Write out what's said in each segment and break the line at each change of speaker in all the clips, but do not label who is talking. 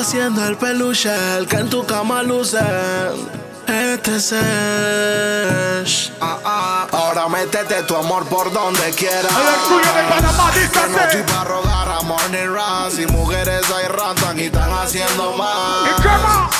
haciendo el peluche, el que en tu cama luce. Este es Ash. Ah, ah, Ahora métete tu amor por donde quieras.
El orgullo de Panamá,
Que no estoy
dígase.
pa' rogar a Morning Run. Si mujeres ahí rantan y están haciendo mal.
¿Y qué más?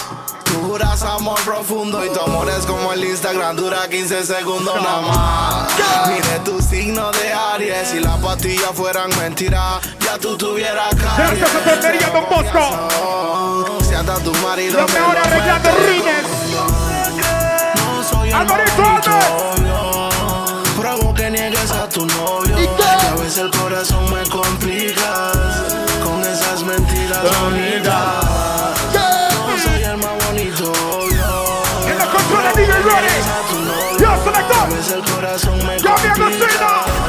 Tú juras amor profundo y tu amor es como el Instagram, dura 15 segundos nada más. Mire tu signo de Aries, si las pastillas fueran mentira, ya tú tuvieras caries.
Cierto que perdería Don Bosco.
Oh, Si anda tu marido,
Lo
me
mejor
lo
arreglando
meto.
rines.
No soy el
Alvarito,
maldito
Alves.
novio. Pero hago que niegues a tu novio.
¿Y qué?
Y a veces el corazón me complicas con esas mentiras bonitas. No soy el más bonito, obvio.
En los controles DJ Ready. Yo selector.
Es el corazón me
Yo me
complica.
alucino.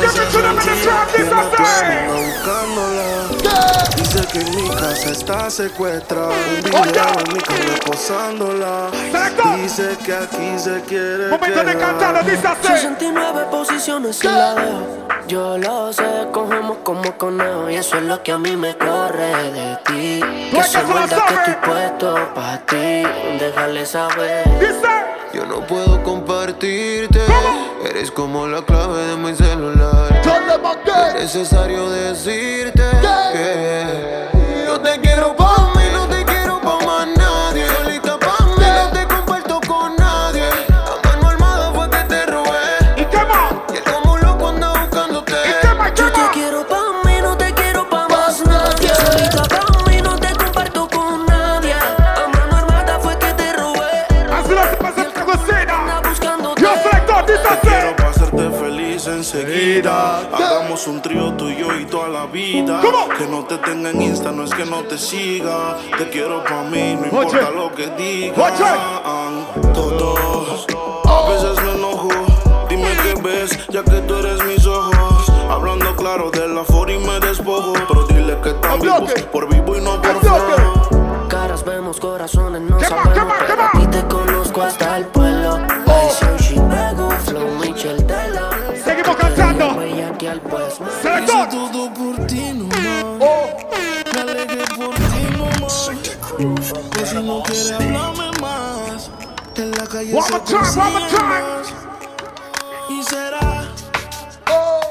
Give it to them in the trap, this
Tiene
a
plano
thing.
buscándola. Dice que en mi casa está secuestrada. Un video
Oye.
en mi cama posándola.
Selector.
Dice que aquí se quiere
Momento de
quedar.
cantarlo, dice así.
69 posiciones y la dejo. Yo lo sé, cogemos como conejo. Y eso es lo que a mí me corre de ti. Que
Pues
soy
que se la
guarda
sabe.
que estoy puesto para ti. Déjale saber.
Dice.
Yo no puedo compartirte. Eres como la clave de mi celular.
Yo le mangué.
Necesario decirte
¿Qué?
que yo te quiero pa' mí, no te quiero pa' más nadie. Solita pa' mí, no te comparto con nadie. A mano armada fue que te robé.
¿Y qué más?
Y el como un loco anda buscándote.
¿Y qué más? ¿Qué
Yo te
más?
quiero pa' mí, no te quiero pa' más nadie.
nadie.
Solita pa' mí, no te comparto con nadie. A mano armada fue que te robé.
Así lo hacemos en la
Anda
cocina.
buscándote.
Yo selector, dice
Quiero
así.
pa' hacerte feliz enseguida. Hagamos un trío tú y yo y toda la vida.
¿Cómo?
Que no te tenga en Insta, no es que no te siga. Te quiero pa' mí, no importa
Oye.
lo que
Oye.
digan. Todos, a veces me enojo. Dime qué ves, ya que tú eres mis ojos. Hablando claro de la for y me despojo. Pero dile que están
Al
vivos
bloque.
por vivo y no
Al
por
bloque.
fuera.
Caras vemos, corazones no
Come on,
sabemos.
come on,
pero
come
a
on.
ti te conozco hasta el pueblo.
Oh.
Ay, soy Chicago, flow Michel Tela.
Seguimos cantando.
al pues.
Hice
Selector.
todo por ti, no más. Me alegré por ti, no más. Que si no quieres hablarme más, en la calle
One
se
more time, one more
consiguen
time.
más. Y será,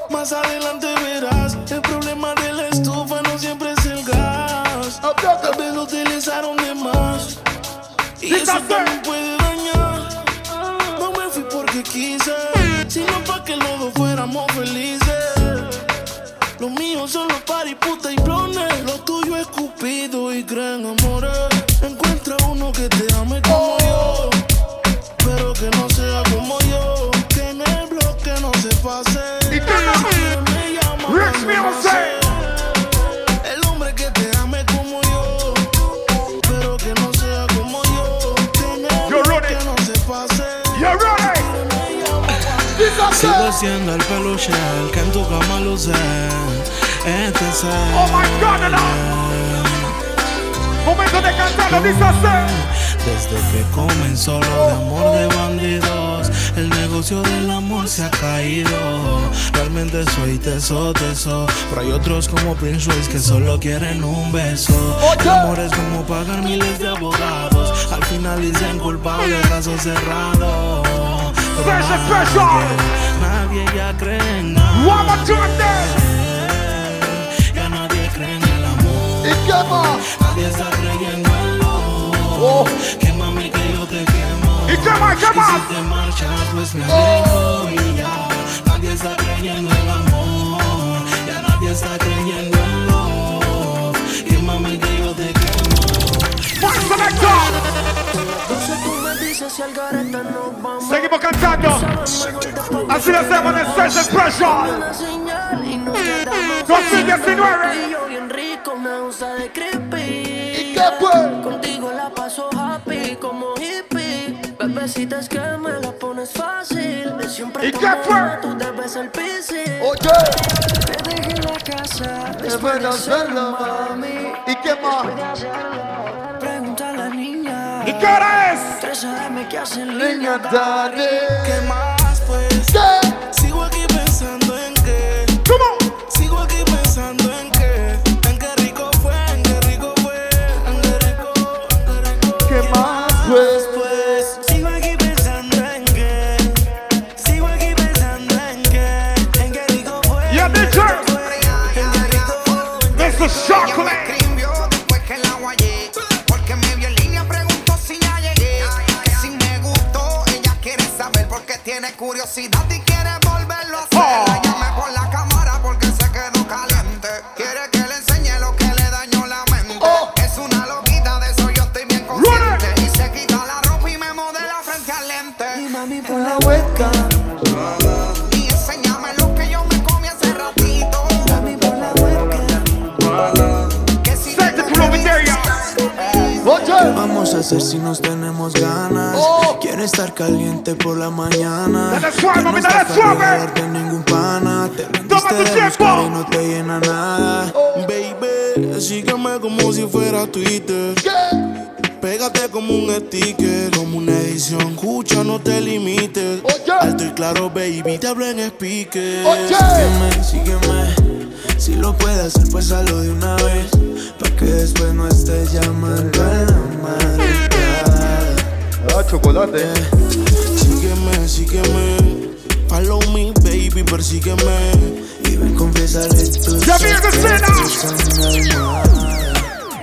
más adelante verás, el problema de la estufa no siempre es el gas. Tal vez lo utilizaron de más, y eso
Listen,
también puede dañar. No me fui porque quise, sino para que los dos fuéramos felices. Los míos son los party, puta y blones. Lo tuyo es cupido y gran amores. Encuentra uno que te ame como yo. Pero que no sea como yo. Que en el bloque no se pase.
¿Y qué más?
Si quieres me llama cuando
Rich music.
pase. El hombre que te ame como yo. Pero que no sea como yo. Que en el
You're
bloque
running.
no se pase.
You're ready.
Sigo siendo el peluche, el que en tu cama luce. Este es
Oh my God, no, Momento de assim, cantarlo, dice así.
Desde que comenzó lo de amor de bandidos, el negocio del amor se ha caído. Realmente soy teso, teso. Pero hay otros como Prince Royce que solo quieren un beso. El amor es como pagar miles de abogados. Al final dicen culpable, caso cerrado. Pero
Special, special.
nadie ya cree en nada.
One more time, then.
Ya nadie cree en el amor.
¿Y qué más?
Nadie está creyendo en lo.
Oh.
Que mami que yo te quemo.
¿Y qué más? ¿Qué
Y si
más?
te marchas, pues me alejo y ya nadie está creyendo en el amor. Ya nadie está creyendo en lo. Que mami que yo te quemo.
One selector.
Entonces tú me dices si al gareta nos vamos.
Seguimos cantando. Así lo hacemos en el Special Special.
Una señal y nos quedamos
2019.
así. Tú y yo bien rico, una onza de creepy.
¿Y qué fue?
Contigo la paso happy como hippie. Bebecita es que me la pones fácil. Siempre
¿Y qué
como
fue?
yo, Tú debes el piso.
Oye,
Te dejé en la casa
después de hacerlo, mami. ¿Y qué más?
Pregunta a la niña
¿Y qué hora es?
Trece dame qué hace en
Niña,
línea
dale.
¿Qué más, pues?
¿Qué?
Sigo aquí pensando en que.
¿Cómo?
Sigo aquí pensando en que. En qué rico fue, en qué rico fue. En
Signature. Mr. Chocolate.
escribió después que la guayé Porque me vio en línea, preguntó si ya llegué Que si me gustó, ella quiere saber Porque tiene curiosidad y quiere volverlo a hacer La llamé por la cámara porque se quedó caliente Quiere que le enseñe lo que le dañó la mente
Oh.
Es una loquita, de eso yo estoy bien consciente Y se quita la ropa y me modela frente al lente
Con la hueca,
Y enséñame lo que yo me comí hace ratito
mami, por la hueca.
Que si
Set the crew over there, y'all.
eh,
Oye,
Vamos a hacer si nos tenemos ganas.
Oh.
Quiere estar caliente por la mañana.
Dale suave,
Que no
mami,
está
dale
fácil
suave.
agarrarte ningún pana. Te rendiste
tu
de
tiempo. Oh.
buscar y no te llena nada.
Baby, sígueme como si fuera Twitter. Pégate como un sticker, como una edición. Escucha, no te limites.
Oh,
Oye.
Alto y claro, baby, te hablo en speaker.
oye.
Sígueme, sígueme. Si lo puedes hacer, pues hazlo de una vez. Pa' que después no estés llamando a la madre.
Ah, chocolate.
Sígueme, sígueme. Follow me, baby, persígueme.
Y ven, confiésale tus
Ya vi que cena.
sueños.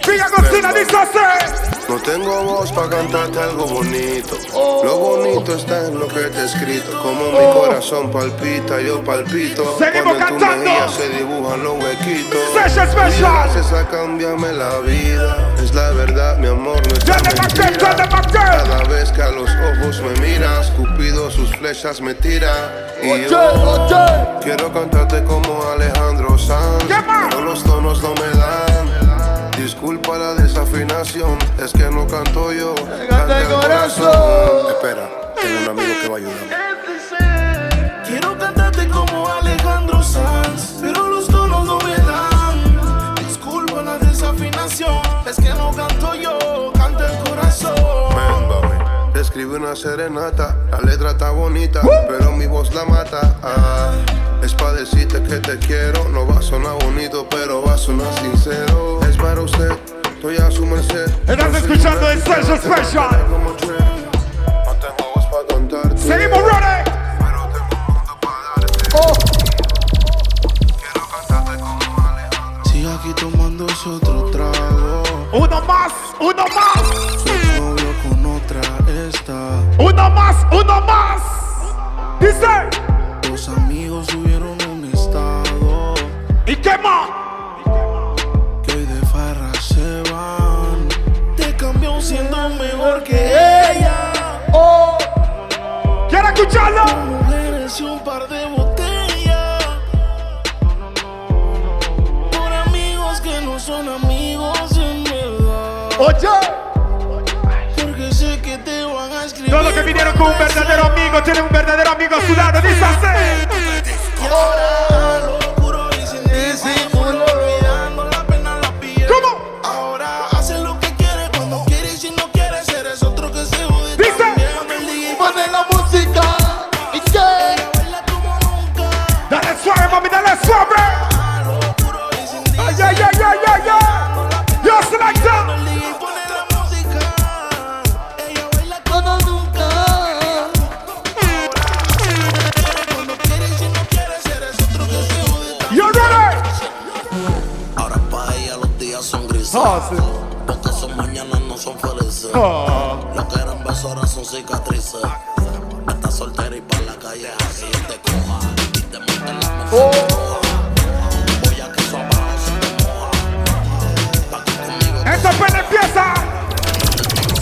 Villa Cocina dice así.
No tengo voz para cantarte algo bonito.
Oh.
Lo bonito está en lo que te he escrito. Como mi corazón palpita, yo palpito.
Seguimos
Cuando en tu
cantando.
mejilla se dibujan los huequitos.
Session
Y
Special.
gracias a cambiarme la vida. Es la verdad, mi amor, no
Ya
está
de Mactel, ya de Mactel.
Cada vez que a los ojos me miras, Cupido sus flechas me tira. Y
Oye,
yo
oye.
Quiero cantarte como Alejandro Sanz.
¿Qué más?
Pero los tonos no me dan. Disculpa la desafinación, es que no canto yo.
Canta el corazón.
Espera, tengo un amigo que va a ayudarme.
Quiero cantarte como Alejandro Sanz, pero los tonos no me dan. Disculpa la desafinación, es que no canto yo, canta el corazón.
Remember me. Escribí una serenata, la letra está bonita, pero mi voz la mata. Ah, es para decirte que te quiero, no va a sonar bonito, pero va a sonar sincero. Es para usted, estoy a su merced.
Estás escuchando el Session Special.
Como Trey, no tengo voz para cantarte.
Seguimos running.
Pero tengo un mundo para darte. Quiero cantarte como Alejandro.
Sigue aquí tomándose otro trago,
Uno más, uno más,
novio con otra esta.
uno más, uno más. Dice.
Los amigos subieron un estado,
¿Y qué más?
que hoy de farra se van. Te cambió siendo mejor que ella.
Oh,
¿Quiere escucharlo?
Mujeres y un par de botellas. Por amigos que no son amigos en verdad.
oye.
Porque sé que te van a escribir.
Todos los que vinieron con un verdadero amigo tienen un verdadero amigo a su lado. Dice así.
Y ahora lo juro y sin disimulo. Olvidando la pena la piel.
¿Cómo?
Ahora hace lo que quiere cuando quiere y si no quiere eres otro que se jode.
Dice.
También.
Pone la música. ¿Y qué?
Baila como nunca.
Dale suave, mami, dale suave.
Lo juro y sin disimulo.
Ay, ay, ay, ay, ay, ay. Just like that.
Y pone la música. Ella baila
Todo nunca.
cuando quiere y si no quiere eres otro que se jode.
You ready? Ah,
Ahora para ella los días son grises. Porque son mañanas no son felices.
Ah.
Lo que eran besos ahora son cicatrices. Está soltera y para la calle así te coja. Y te monta en la mesa y
Oh.
te moja. Voy a que su abrazo se te moja. Pa' que conmigo
Esta pena empieza.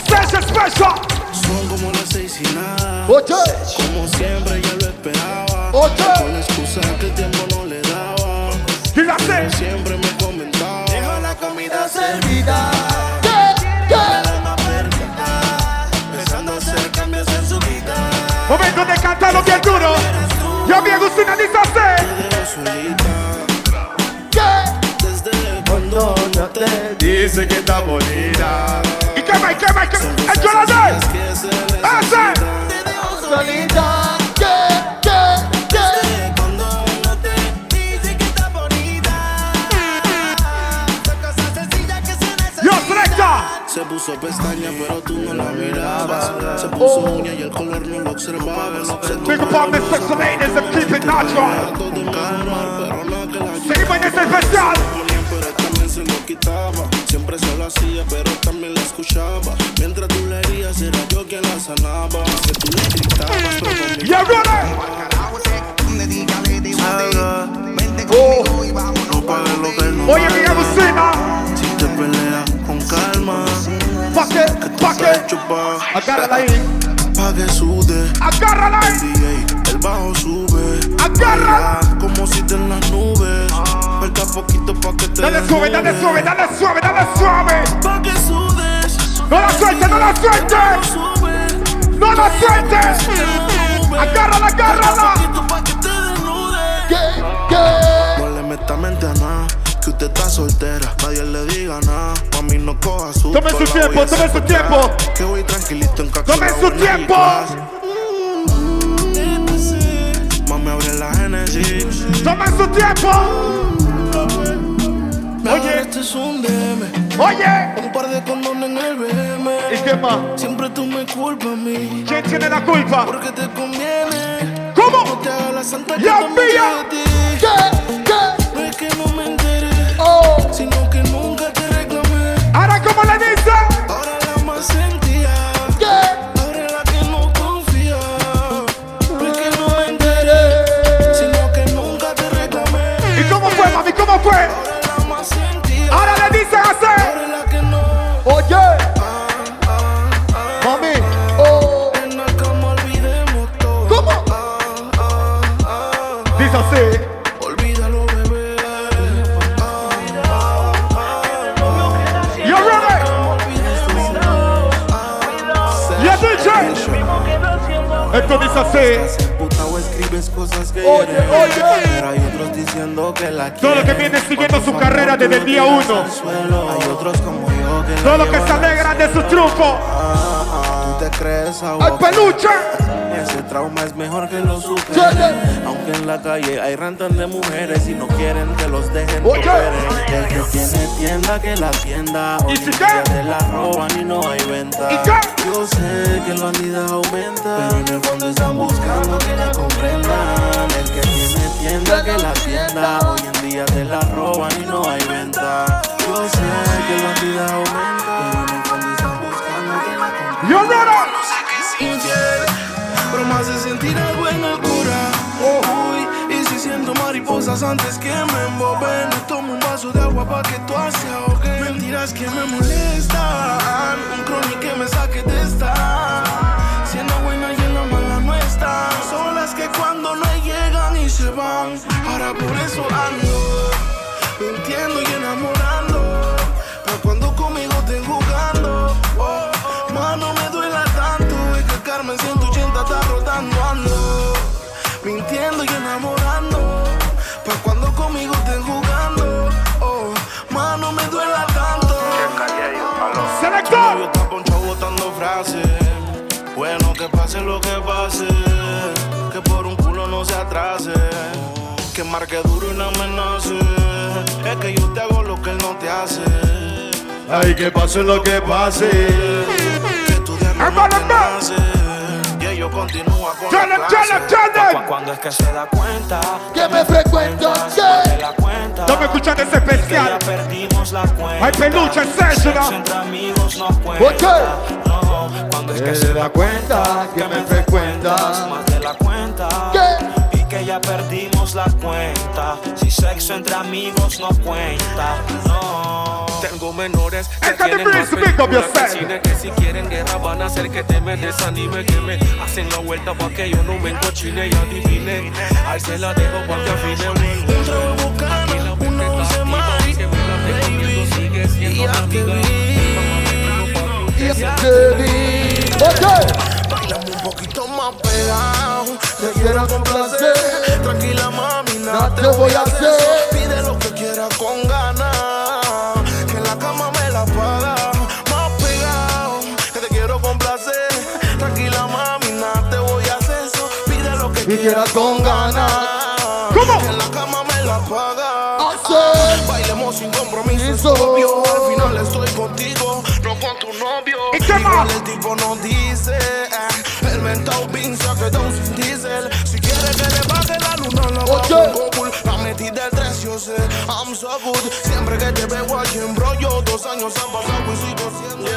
Session Special.
Son como las seis y nada.
Oye.
Como siempre yo lo esperaba.
Ocho.
Con la excusa que el tiempo no le daba.
Dice así.
Siempre me comentaba. Deja la comida servida.
¿Qué? ¿Qué?
Alma perdida. Empezando a hacer cambios en su vida.
Momento de cantarlo bien duro. Yo vi a Agustina, dice así.
Pero solita.
¿Qué?
Desde cuando no te
Dice que está bonita.
¿Y qué más? ¿Y qué más? ¿Y qué más? ¡El Jonathan!
que se le
¡Ese!
Solita. ¿Qué? ¿Qué? ¿Qué?
cuando no te dice que está bonita.
Yo selecta.
Se puso pestaña, pero tú no la mirabas. Se puso uña y el color no lo observabas. Se
Oh. Big
tumbó
up all the sex ladies and keep it natural.
todo en calma, pero la que la
Seguimos en este especial.
ponían, pero también se lo quitaba. Siempre se lo hacía, pero también la escuchaba. Mientras tú le herías, era yo quien la sanaba. Que tú le gritabas, pero conmigo
You ready?
Salga,
conmigo y vámonos.
no pagues lo que no
Oye, mi
paga.
abusina.
Si te peleas con calma,
Fuck it, fuck
se
it.
chupa.
Agárrala ahí.
Pa' que sude,
Agárrala ahí.
DJ, el bajo sube.
Agárrala.
Baila Como si te en las nubes. Falta poquito pa' que te
Dale suave, dale
desnudes.
suave, dale suave, dale suave.
Pa' que sudes,
No la sueltes, no la sueltes.
sube.
No la sueltes. Agárrala, agárrala.
Poquito pa' que te desnudes.
No le meta mente a
ah,
nada, que usted está soltera, nadie le diga nada. Mami, no coja su
Tome su tiempo, tome su tiempo.
Que voy tranquilito en caca.
Tome su tiempo.
Mm.
Mami, abre la Genesis.
Toma su tiempo.
Ahora
Oye,
este es un DM.
oye.
Un par de condones en el BM.
¿Y qué más?
Siempre tú me culpas a mí.
¿Quién tiene la culpa?
Porque te conviene.
¿Cómo?
No te hagas la santa que
Ya,
también
pilla.
te de ti. No es que no me enteré, sino que nunca te reclamé.
Ahora, ¿cómo le dicen?
Ahora la más sentía, ahora la que no confía. No es que no me enteré, sino que nunca te reclamé.
¿Y cómo fue, mami? ¿Cómo fue?
Ahora la más sentía,
Ahora le dicen hacer.
ahora la que no.
Oye, mami, oh,
En la cama olvidemos todo.
¿cómo?
Dice así.
Olvídalo, bebé.
You ready? Yeah, DJ. Esto dice así.
Puta o escribes cosas que
Oye,
hieren.
oye.
Pero hay otros diciendo que la
Todo lo que
quieren.
viene siguiendo
Por
su
favor,
carrera
tú
desde
no
el día
tiras
uno.
al suelo. Hay otros como yo que la
Todo lo que
llevan
se
al
alegran de su triunfo.
Ah, ah, Tú te crees a
¡Al peluche!
Ese trauma es mejor que lo supere.
Oye.
Aunque en la calle hay rantas de mujeres y no quieren que los dejen
Oye.
mujeres. El que tiene tienda que la tienda.
¿Y
Hoy
si
en
qué?
día te la roban y no hay venta.
¿Y qué?
Yo sé que la vida aumenta, pero en el fondo están buscando que la comprendan. El que tiene tienda que la tienda. Hoy en día te la roban y no hay venta. Yo sé que la vida aumenta, pero en el fondo están buscando que la comprendan.
You ready?
sé que es infiel, pero me hace sentir algo en el cura. Uy, y si siento mariposas antes que me emboben, me tomo un vaso de agua pa' que tú se ahogue. Mentiras que me molestan, un crony que me saque de esta. Siendo buena y en la mala no están, son las que cuando no llegan y se van. Ahora por eso ando, mintiendo y enamorando. Pa' cuando conmigo estén jugando, oh, mano me duela tanto. Es que el Carmen 180 está rodando, ando, mintiendo y enamorando. Pa' cuando conmigo estén jugando, oh, mano me duela tanto.
Selector.
está poncho botando frases. Bueno, que pase lo que pase. Que por un culo no se atrase. Que marque duro y no amenace. Es que yo te hago lo que él no te hace.
Ay, que pase lo que pase.
Que tú de amor no
Hermano,
te
no.
nace. Y ellos continúan con la
Challenge, challenge,
clase.
challenge.
Cuando es que se da cuenta,
Que me frecuentas, que
se da cuenta.
Estamos escuchando ese
Ya
especial.
perdimos la cuenta.
Hay peluche en
Sexo
Session.
entre amigos no cuenta. No, cuando es que se da cuenta que me frecuentas más de la cuenta.
¿Qué?
Y que ya perdimos la cuenta. Si sexo entre amigos no cuenta. No.
Tengo menores que
Esta
tienen
de
más
Prince, pick up
películas que
yourself.
cine, Que si quieren guerra van a hacer que te me desanime Que me hacen la vuelta pa' que yo no me encochine y adivine Ahí se la dejo pa' que afine Un trago cano, una once más Sigue siendo mi amiga
te vi. Oye,
Bailame un poquito más pegado
te quiero complacer.
Tranquila mami,
nada te voy a hacer.
Pide lo que quieras con ganas, que en la cama me la paga. Más pegado, que te quiero complacer. Tranquila mami, nada te voy a hacer eso. Pide lo que
Y
quieras
quieras con ganas.
ganas,
¿Cómo?
que en la cama me la paga.
Hacer.
Bailemos sin compromiso, es
Eso.
obvio. Al final estoy contigo, no con tu novio.
¿Y qué
Igual
más?
el tipo no dice. eh, el mentado pinza que da un sin diesel. Si quiere que le baje la luna, la
Oye.
bajo un Google. La metí del 3, yo sé. I'm so good. Siempre que te veo aquí en brollo. Dos años han pasado y sigo siendo.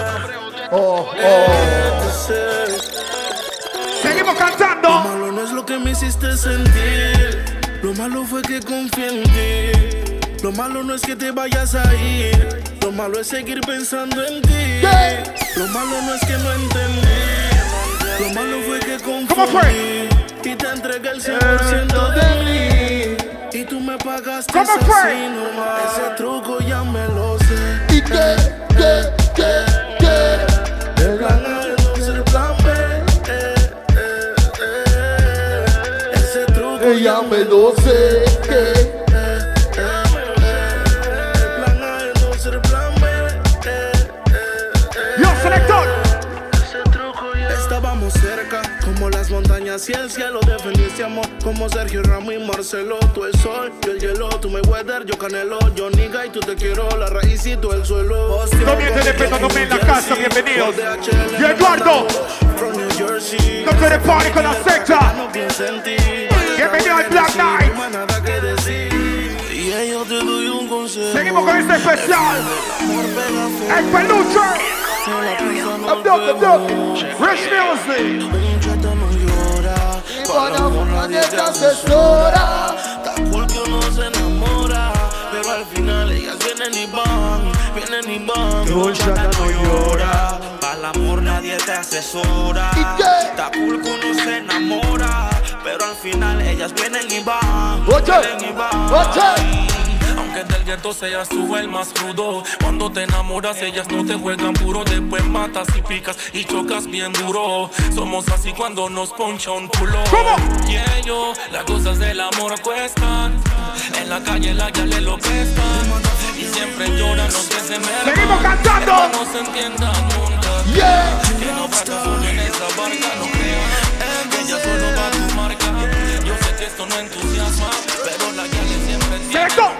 Oh, oh.
Seguimos cantando.
Lo malo no es lo que me hiciste sentir. Lo malo fue que confié en ti. Lo malo no es que te vayas a ir. Lo malo es seguir pensando en ti.
¿Qué?
Lo malo no es que no entendí. Lo malo fue que confundí.
¿Cómo
Y te entregué el 100% de mí. Y tú me pagaste
¿Cómo
así
fue?
nomás. Ese truco ya me lo sé.
¿Y qué? ¿Qué? ¿Qué? ¿Qué?
Plan A no es el plan B. Eh, eh, eh. Ese truco
Ella me lo sé. ¿Qué?
El plan A no es el plan B. Eh, eh, eh.
Yo, selector.
Estábamos cerca, como las montañas y el cielo Defendí este amor, como Sergio Ramos y Marcelo Tú el sol, yo el hielo, tú me weather, yo canelo Yo niga y tú te quiero, la raíz y tú el suelo este
No mientes de peso, no me en la casa, bienvenidos. Y Eduardo,
From New Jersey
no te de party con la secta.
No piensa en ti
Bienvenido al Black Knight.
No hay nada que decir Y yo te doy un consejo
Seguimos con este especial. El peluche. Abdul, Abdul. Rich Music.
Un chata no llora
Para una dieta asesora.
Está cool que uno se enamora, pero al final ellas vienen y van, vienen y van.
no llora.
Al amor nadie te asesora.
¿Y qué?
Está cool que uno se enamora. Pero al final ellas vienen y van.
Oye.
Vienen y van.
Oye.
Aunque del gueto seas tú el más rudo. Cuando te enamoras, ellas no te juegan puro. Después matas y picas y chocas bien duro. Somos así cuando nos poncha un culo.
¿Cómo?
Y ellos, las cosas del amor cuestan. En la calle la ya le lo prestan. Y siempre lloran los que se me
Seguimos cantando.
No se entiendan nunca.
Yeah.
Que no fracaso en esa barca, no crean que ella solo va a tu marca. Yo sé que esto no entusiasma, pero la llave siempre tiene.
Selector.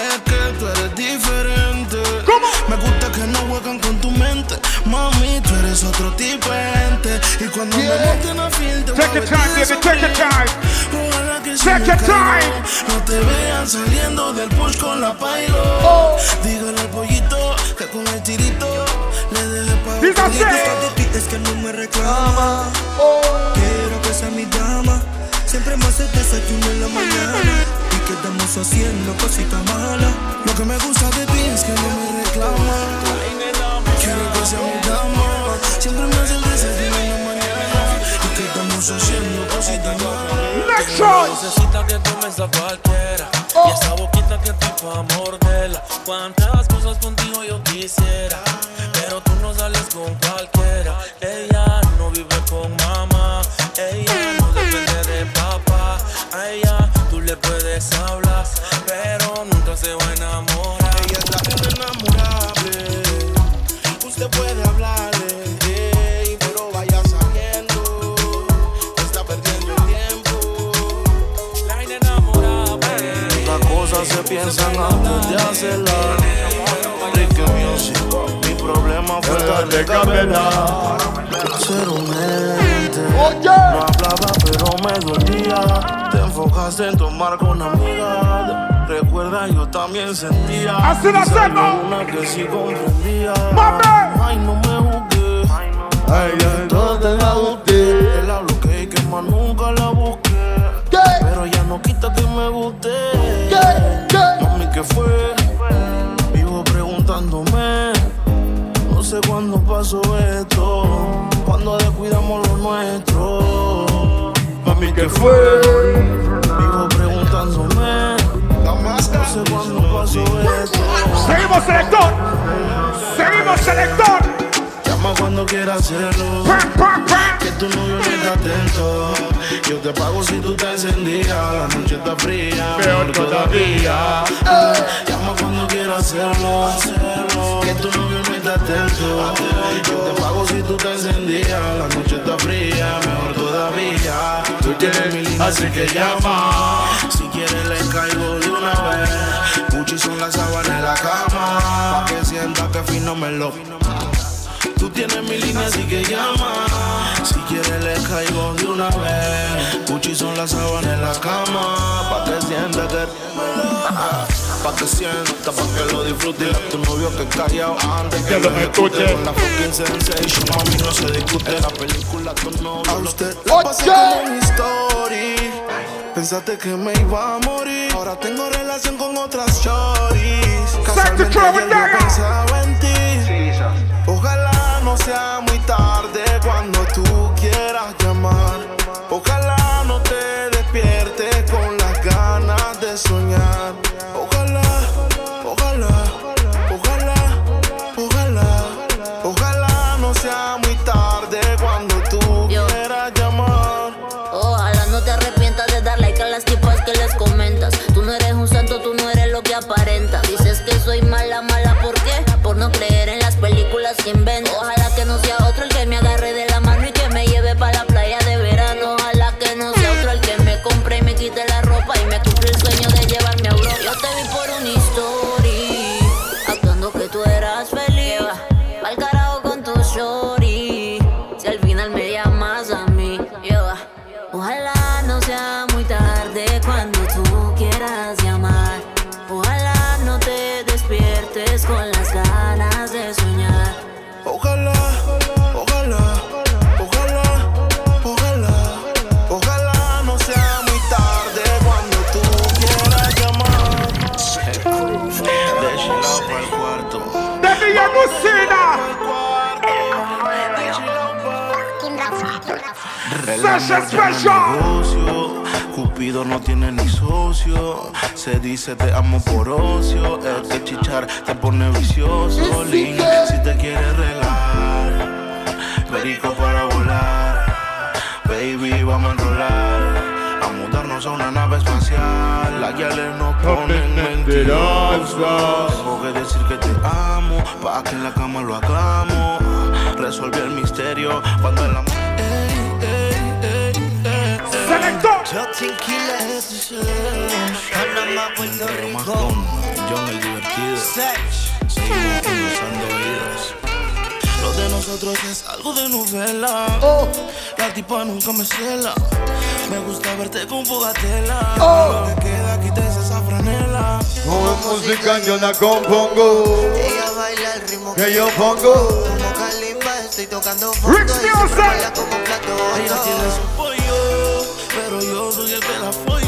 Es que tú eres diferente.
¿Cómo?
Me gusta que no juegan con tu mente. Mami, tú eres otro tipo de gente. Y cuando me monten a fin, te voy
Take
a
your time,
vestir
baby, take
de
your
sombrero.
time.
Ojalá que si
Take
me
your
caigo,
time.
No te vean saliendo del push con la pailo.
Oh.
Dígale al pollito que con el tirito le dejé pa'
Dice
otro
así.
grito. De ti Es que no me reclama. Quiero que sea mi dama. Siempre más el desayuno en la mañana. Y quedamos haciendo cositas malas. Lo que me gusta de ti es que no me reclama. Quiero que sea mi dama. Siempre me hace el desayuno en la mañana. Y quedamos haciendo cositas malas.
Lección.
Necesita que tomes a cualquiera Y esa boquita que te pa' morderla Cuántas cosas contigo yo quisiera Pero tú no sales con cualquiera Ella no vive con mamá Ella no depende de papá A ella tú le puedes hablar Pero nunca se va a enamorar
Ella es la perra enamorable. Usted puede hablarle, ey, pero vaya sabiendo. que Está perdiendo el tiempo.
La inenamorable
Las cosas se piensan antes de hacerla. Enrique Music, mi problema fue darle cabela. Ser un ente. No
Oye.
hablaba, pero me dolía. Te enfocaste en tomar con amiga. Recuerda, yo también sentía.
Así lo
Quizás
hacemos.
no Una que sí comprendía.
¡Mami!
Ay, no me juzgues.
Ay, entonces me gusté.
Que la bloqueé y que más nunca la busqué.
¿Qué?
Pero ya no quita que me guste.
¿Qué? ¿Qué?
Mami, ¿qué fue? Vivo preguntándome. No sé cuándo pasó esto. Cuando descuidamos lo nuestro. Mami, ¿qué fue? Vivo preguntándome. No sé cuándo pasó esto.
Seguimos, selector. Seguimos, selector.
Llama cuando quieras hacerlo.
Pam, pam, pam.
Que tu novio no está atento. Yo te pago si tú te encendías. La noche está fría, peor todavía. Llama cuando quieras hacerlo. hacerlo. Que tu novio no está atento. Yo te pago si tú te encendías. La noche está fría, mejor todavía. Tú tienes mi línea, así que llama. Si quieres, le caigo de una vez. Gucci son las sábanas en la cama. Pa' que sienta que fino me lo. Tú tienes mi línea, así que llama. Si quieres, le caigo de una vez. Gucci son las sábanas en la cama. Pa' que sienta que. Ah, Pa' que sienta, pa' que lo disfrute. Dile a tu novio que callao antes que lo escuche. Con la fucking sensation, mami, no se discute. La película con no. A usted la pasé como mi story. Pensaste que me iba a morir. Ahora tengo relación con otras choris. Casualmente ayer yo pensaba en ti. Ojalá no sea muy tarde cuando tú quieras llamar. Ojalá no te despiertes con las ganas de soñar. Ojalá, ojalá, ojalá, ojalá, ojalá no sea muy tarde cuando tú quieras llamar.
Ojalá no te arrepientas de dar like a las tipas que les comentas. Tú no eres un santo, tú no eres lo que aparentas. Dices que soy mala, mala, ¿por qué? Por no creer en las películas que invento. Ojalá que no sea otro el que me agarre de la mano y que me lleve para la playa de verano. Ojalá que no sea otro el que me compre y me quite la ropa y me cumple el sueño de llevarme a Europa. Yo te vi por una historia, actuando que tú eras feliz. Pa'l carajo con tu shorty, si al final me llamas a mí. Yeah. Ojalá no sea muy tarde cuando tú quieras llamar. Ojalá no te despiertes con las ganas de soñar.
Ojalá, ojalá, ojalá, ojalá, ojalá no sea muy tarde cuando tú quieras llamar. Déjela para el cuarto.
¡De Villanucina!
El
Sasha
amor ya no es
Special.
negocio, Cupido no tiene ni socio. Se dice te amo por ocio. Este chichar te pone vicioso. Link, si te quieres relar. Perico para volar. Baby, vamos a enrolar. A mudarnos a una nave espacial. Las guiales nos ponen mentirosas. Tengo que decir que te amo. Pa' que en la cama lo hagamos. Resolver el misterio cuando el amor.
Nothing killers. Panama Puerto Rico.
John el divertido.
Sex.
Seguimos cruzando vidas. Lo de nosotros es algo de novela. La tipa nunca me cela. Me gusta verte con fogatela.
Oh.
Lo que queda, quites esa franela.
Con música yo la compongo,
Ella baila el ritmo
que yo pongo.
Como Kalimba estoy tocando fondo. Rick Baila como un plato
Ella tiene su pollo, pero yo soy el que la follo.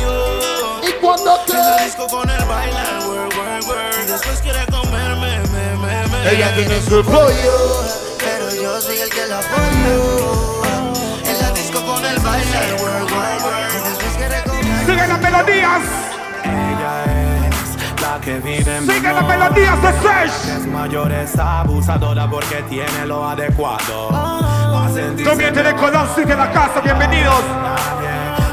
¿Y cuando
En el disco con el bailar, work, work, work. Y después quiere comerme, me, me, me.
Ella tiene su pollo.
Pero yo soy el que la pongo. En la disco con el baile. World, world, world. Y después quiere comer.
Sigue las melodías.
Ella es la que vive en
Sigue
mi
las melodías de Sesh.
Es mayor, es abusadora porque tiene lo adecuado. Va a sentirse
Comiente de Colón, sí, de la casa, bienvenidos.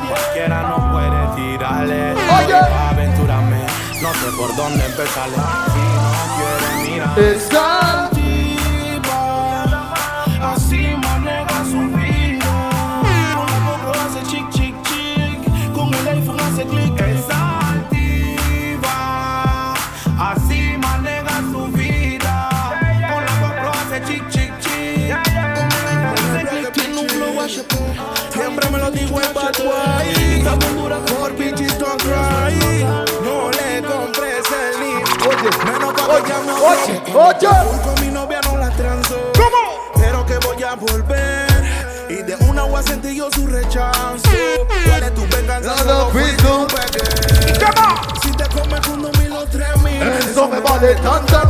Cualquiera no puede tirarle. Oye, aventúrame, no sé por dónde empezarle. Si no quiere mirar,
Está
Así maneja su vida. Con la gorra hace chic, chic, chic. Con el iPhone hace clic. Es altiva. Así maneja su vida. Con la gorra hace chic, chic, chic. Con el iPhone hace clic, Tiene un flow guachapón. Siempre me lo digo en patuay. Estamos duras por bitches don't cry. No le compres el ni. Oye, menos pa' que llame a
Oye,
otro.
oye.
Con mi novia no la transo. Pero que voy a volver. Y de una voy a sentir yo su rechazo. ¿Cuál es tu venganza?
No lo fui tú.
pegué. Si te comes uno mil o tres mil.
Eso me vale tanto.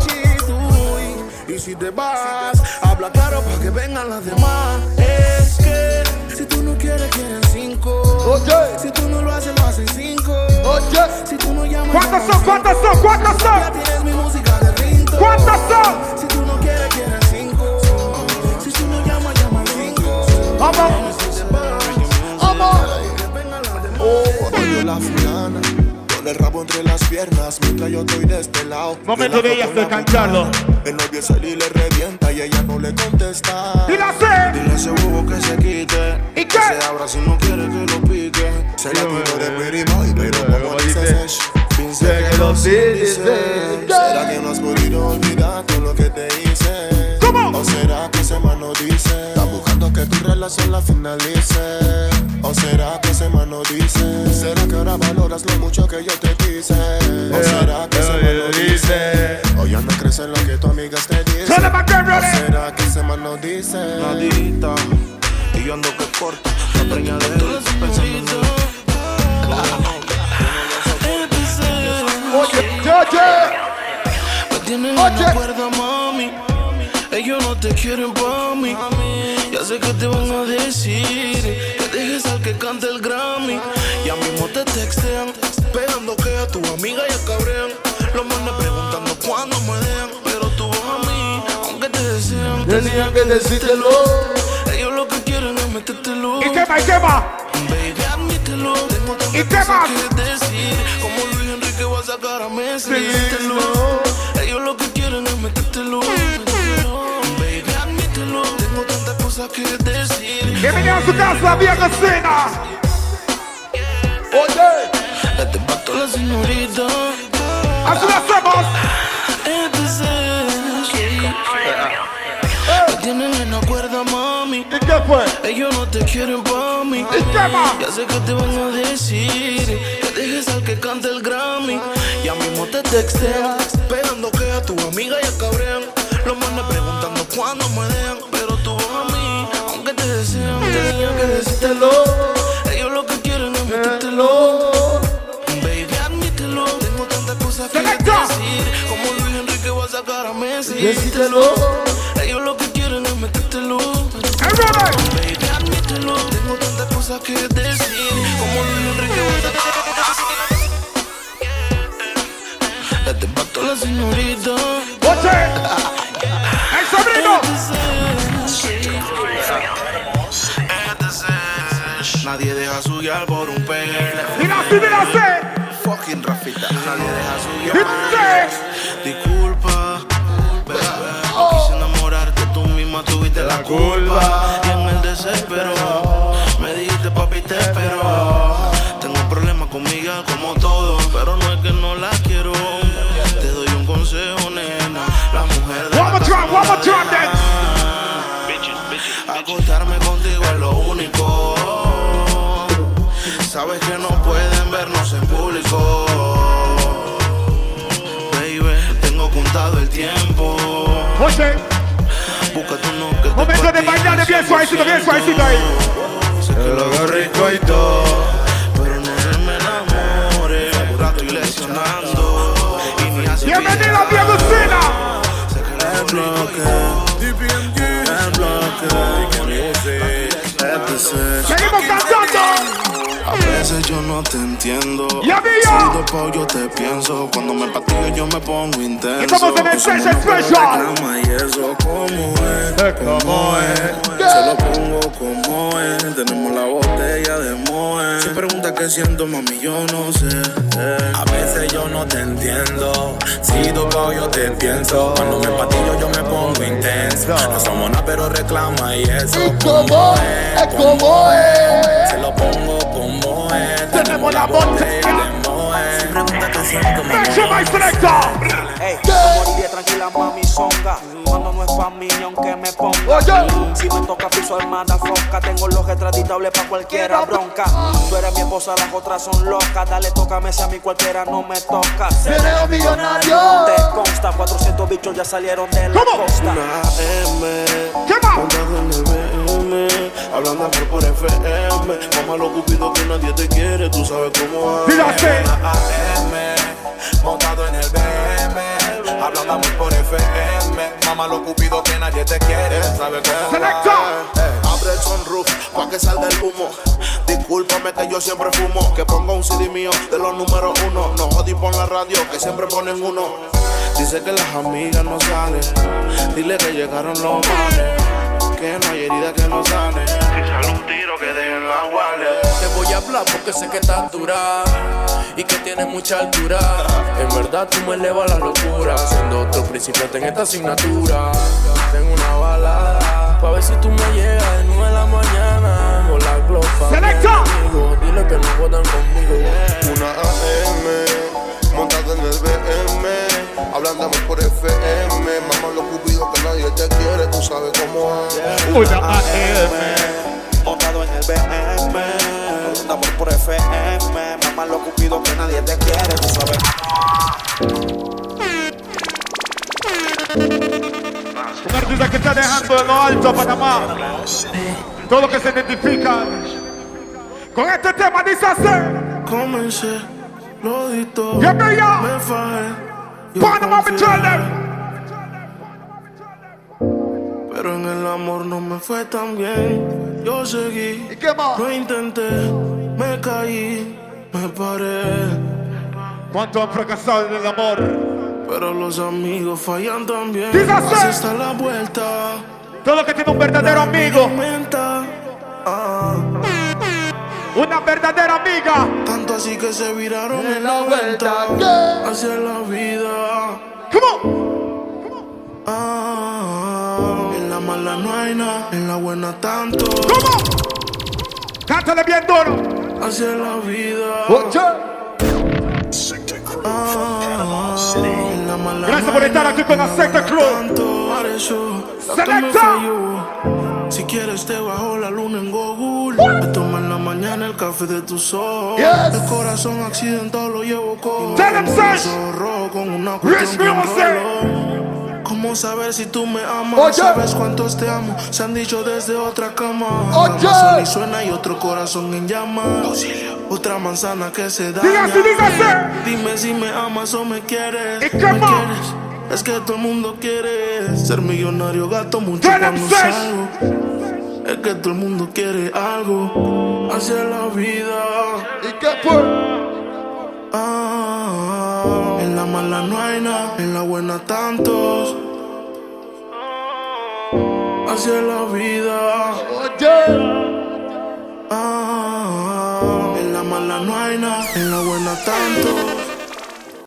Y si te vas, habla claro para que vengan las demás. Es que si tú no quieres, quieren cinco.
Oye.
Si tú no lo haces, lo hacen cinco.
Oye.
Si tú no llamas,
¿Cuántos
llaman
son? ¿Cuántos son?
cinco.
¿Cuántos son?
Ya tienes mi música de rinto.
¿Cuántos son?
Si tú no quieres, quieres cinco. Si tú no llamas, llama cinco.
Vamos.
Oh, odio la fulana. Con el rabo entre las piernas mientras yo estoy de este lado.
Momento de ellas de cantarlo.
El novio es él y le revienta y ella no le contesta.
Y la sé.
Dile a ese bobo que se quite.
¿Y
Que
qué?
se abra si no quiere que lo pique. Se la tiro de Piriboy, pero como dice Sesh. Piensa que lo dice. ¿Será que no has podido olvidar todo lo que te hice?
¿Cómo?
¿O será que
la sola finalice. ¿O será que se dice? ¿Será que ahora valoras lo mucho que yo te quise? ¿O será que se dice? ¿O ya no crees en lo que tu amigas te dicen? ¿O será que se dice?
Nadita, y yo ando que corto, la preña de él, pensando en él.
Oye, Me tienen una cuerda, mami. Ellos no te quieren pa' mí. Ya sé que te van a decir que dejes al que cante el Grammy. Ya mismo te textean, pegando que a tu amiga ya cabrean. Los manes preguntando cuándo me dejan, pero tú a mí, aunque te desean,
Tenían que decírtelo.
Ellos lo que quieren es metértelo.
¿Y qué más, y qué más?
Baby, admítelo. Tengo tantas
¿Y qué
cosas
más?
que decir. Como Luis Enrique va a sacar a Messi.
Sí,
Díselo. Ellos lo que quieren es metértelo. Baby, admítelo. Tengo tantas cosas que decir.
Bienvenido a su casa, vieja cena.
Oye. Ya te mató la señorita.
Así lo hacemos.
Me tienen en la cuerda, mami. ¿Y qué fue? Ellos no te quieren pa' mí. ¿Y qué más? Ya sé que te van a decir que dejes al que cante el Grammy. Ya mismo te textean, esperando que a tu amiga ya cabrean. Los manes preguntando cuándo me dejan, pero tú a mí, aunque te desean, tenían que decírtelo. Ellos lo que quieren es metértelo. Baby, admítelo. Tengo tantas cosas que decir. Como Luis Enrique va a sacar a Messi.
Decítelo.
Ellos lo que quieren es metértelo. Baby, admítelo. Tengo tantas cosas que decir. Como Luis Enrique va a sacar a Messi. Te mató la señorita.
¡Oche! ¡El sobrino!
Nadie deja su guiar por un pegue.
¡Mira, sí, mira, sí!
Fucking Rafita. Nadie deja su guiar.
¡Dice!
Disculpa, bebé. No quise enamorarte, tú misma tuviste la culpa. Y en el desespero, me dijiste papi, te espero. Tengo problemas conmigo como todo, pero no es que no la quiero. Te doy un consejo, nena. La mujer de
One more
la
time, one more time, then.
Acostarme contigo es lo único. Sabes que no pueden vernos en público. Baby, tengo contado el tiempo.
Oche.
Búscate uno que te
Momento de
cotice
bailar de bien suavecito, bien suavecito ahí.
Sé que lo hago rico y todo. Pero no se me enamore. La estoy lesionando. Y ni así
¡Bienvenido a Diego Cena!
El bloque, el bloque, etc.
¡Seguimos cantando!
A veces yo no te entiendo.
Ya, vi ya.
Soy de pau, yo te pienso. Cuando me patillo yo me pongo intenso.
Estamos en el
Tú solo
Session
me pones
Special.
la cama y eso como es, como es. Se lo pongo como es. Tenemos la botella de Moe. Si preguntas qué siento, mami, yo no sé.
A veces yo no te entiendo. Si tocado yo te pienso. Cuando me patillo yo me pongo intenso. No somos nada, pero reclama y eso. como es, como es. Se lo pongo como es. Tenemos la botella de Moe. Si pregunta que siento, me
Ey, como diría tranquila mami songa Cuando no es pa' mí ni aunque me ponga Mm, Si me toca piso armada foca Tengo los retratitables pa' cualquiera bronca Tú eres mi esposa, las otras son locas Dale, tócame si a mí cualquiera no me toca
Seré un millonario.
Te consta, 400 bichos ya salieron de la costa
¿Qué más?
en el BM, hablando por, por FM. Mamá, lo cupido que nadie te quiere, tú sabes cómo es.
Dígase.
AM, montado en el BM, hablando muy por FM, mamá lo cupido que nadie te quiere, ¿sabes qué?
Selecta.
Eh, Abre el sunroof pa' que salga el humo, discúlpame que yo siempre fumo, que ponga un CD mío de los números uno, no jodí pon la radio que siempre ponen uno.
Dice que las amigas no salen. Dile que llegaron los males. Que no hay herida que no sane. Si sale un tiro que dejen la wallet.
Te voy a hablar porque sé que estás dura y que tienes mucha altura. En verdad tú me elevas la locura, siendo otro principiante en esta asignatura. Tengo una balada pa' ver si tú me llegas de 9 de la mañana. Con la glofa.
¡Selecta!
Dile que no votan conmigo.
Una AM, montada en el BM, hablando por FM,
E
mamá lo cupido que nadie te quiere, tú sabes cómo es.
Una AM,
el BM. Ronda por por FM. Mamá lo cupido que nadie te quiere, tú sabes.
Un artista que está dejando en lo alto Panamá. Todo lo que se identifica. Con este tema dice hacer.
Comencé, lo di todo.
Ya me ya.
Me fajé. yo
Panamá
confié.
Petroleum.
Pero en el amor no me fue tan bien. Yo seguí, lo intenté, me caí, me paré.
¿Cuánto han fracasado en el amor?
Pero los amigos fallan también.
Dice así.
Así está la vuelta.
Todo lo que tiene un verdadero amigo. Una verdadera amiga.
Tanto así que se viraron
En
en,
la
la vuelta.
vuelta.
Hacia la vida.
¿Cómo?
Ah, en la mala no hay nada, en la buena tanto.
¿Cómo? Cántale bien duro.
Hacia la vida. Ah, en la mala
Gracias
no
por
hay
estar
nada,
aquí con
en
la secta crew.
tanto. Para eso, tanto me
Selecta.
falló. Si quieres te bajo la luna en Google Me tomo en la mañana el café de tus ojos
Yes.
El corazón accidentado lo llevo con
Tell them, Sash.
zorro con una
Rich
cuestión que
music.
enroló. ¿Cómo saber si tú me amas?
Oye.
¿Sabes cuántos te amo? Se han dicho desde otra cama
Oye.
Oye. y suena y otro corazón en llamas Otra manzana que se da
Diga así, diga así.
Dime si me amas o me quieres.
Y
Me
come on.
quieres. Es que todo el mundo quiere ser millonario, gato mucho
Tell 'em
cuando
says.
salgo. Es que todo el mundo quiere algo hacia la vida.
¿Y qué fue?
Ah, en la mala no hay nada, en la buena tantos. Hacia la vida. Ah, en la mala no hay nada, en la buena tantos.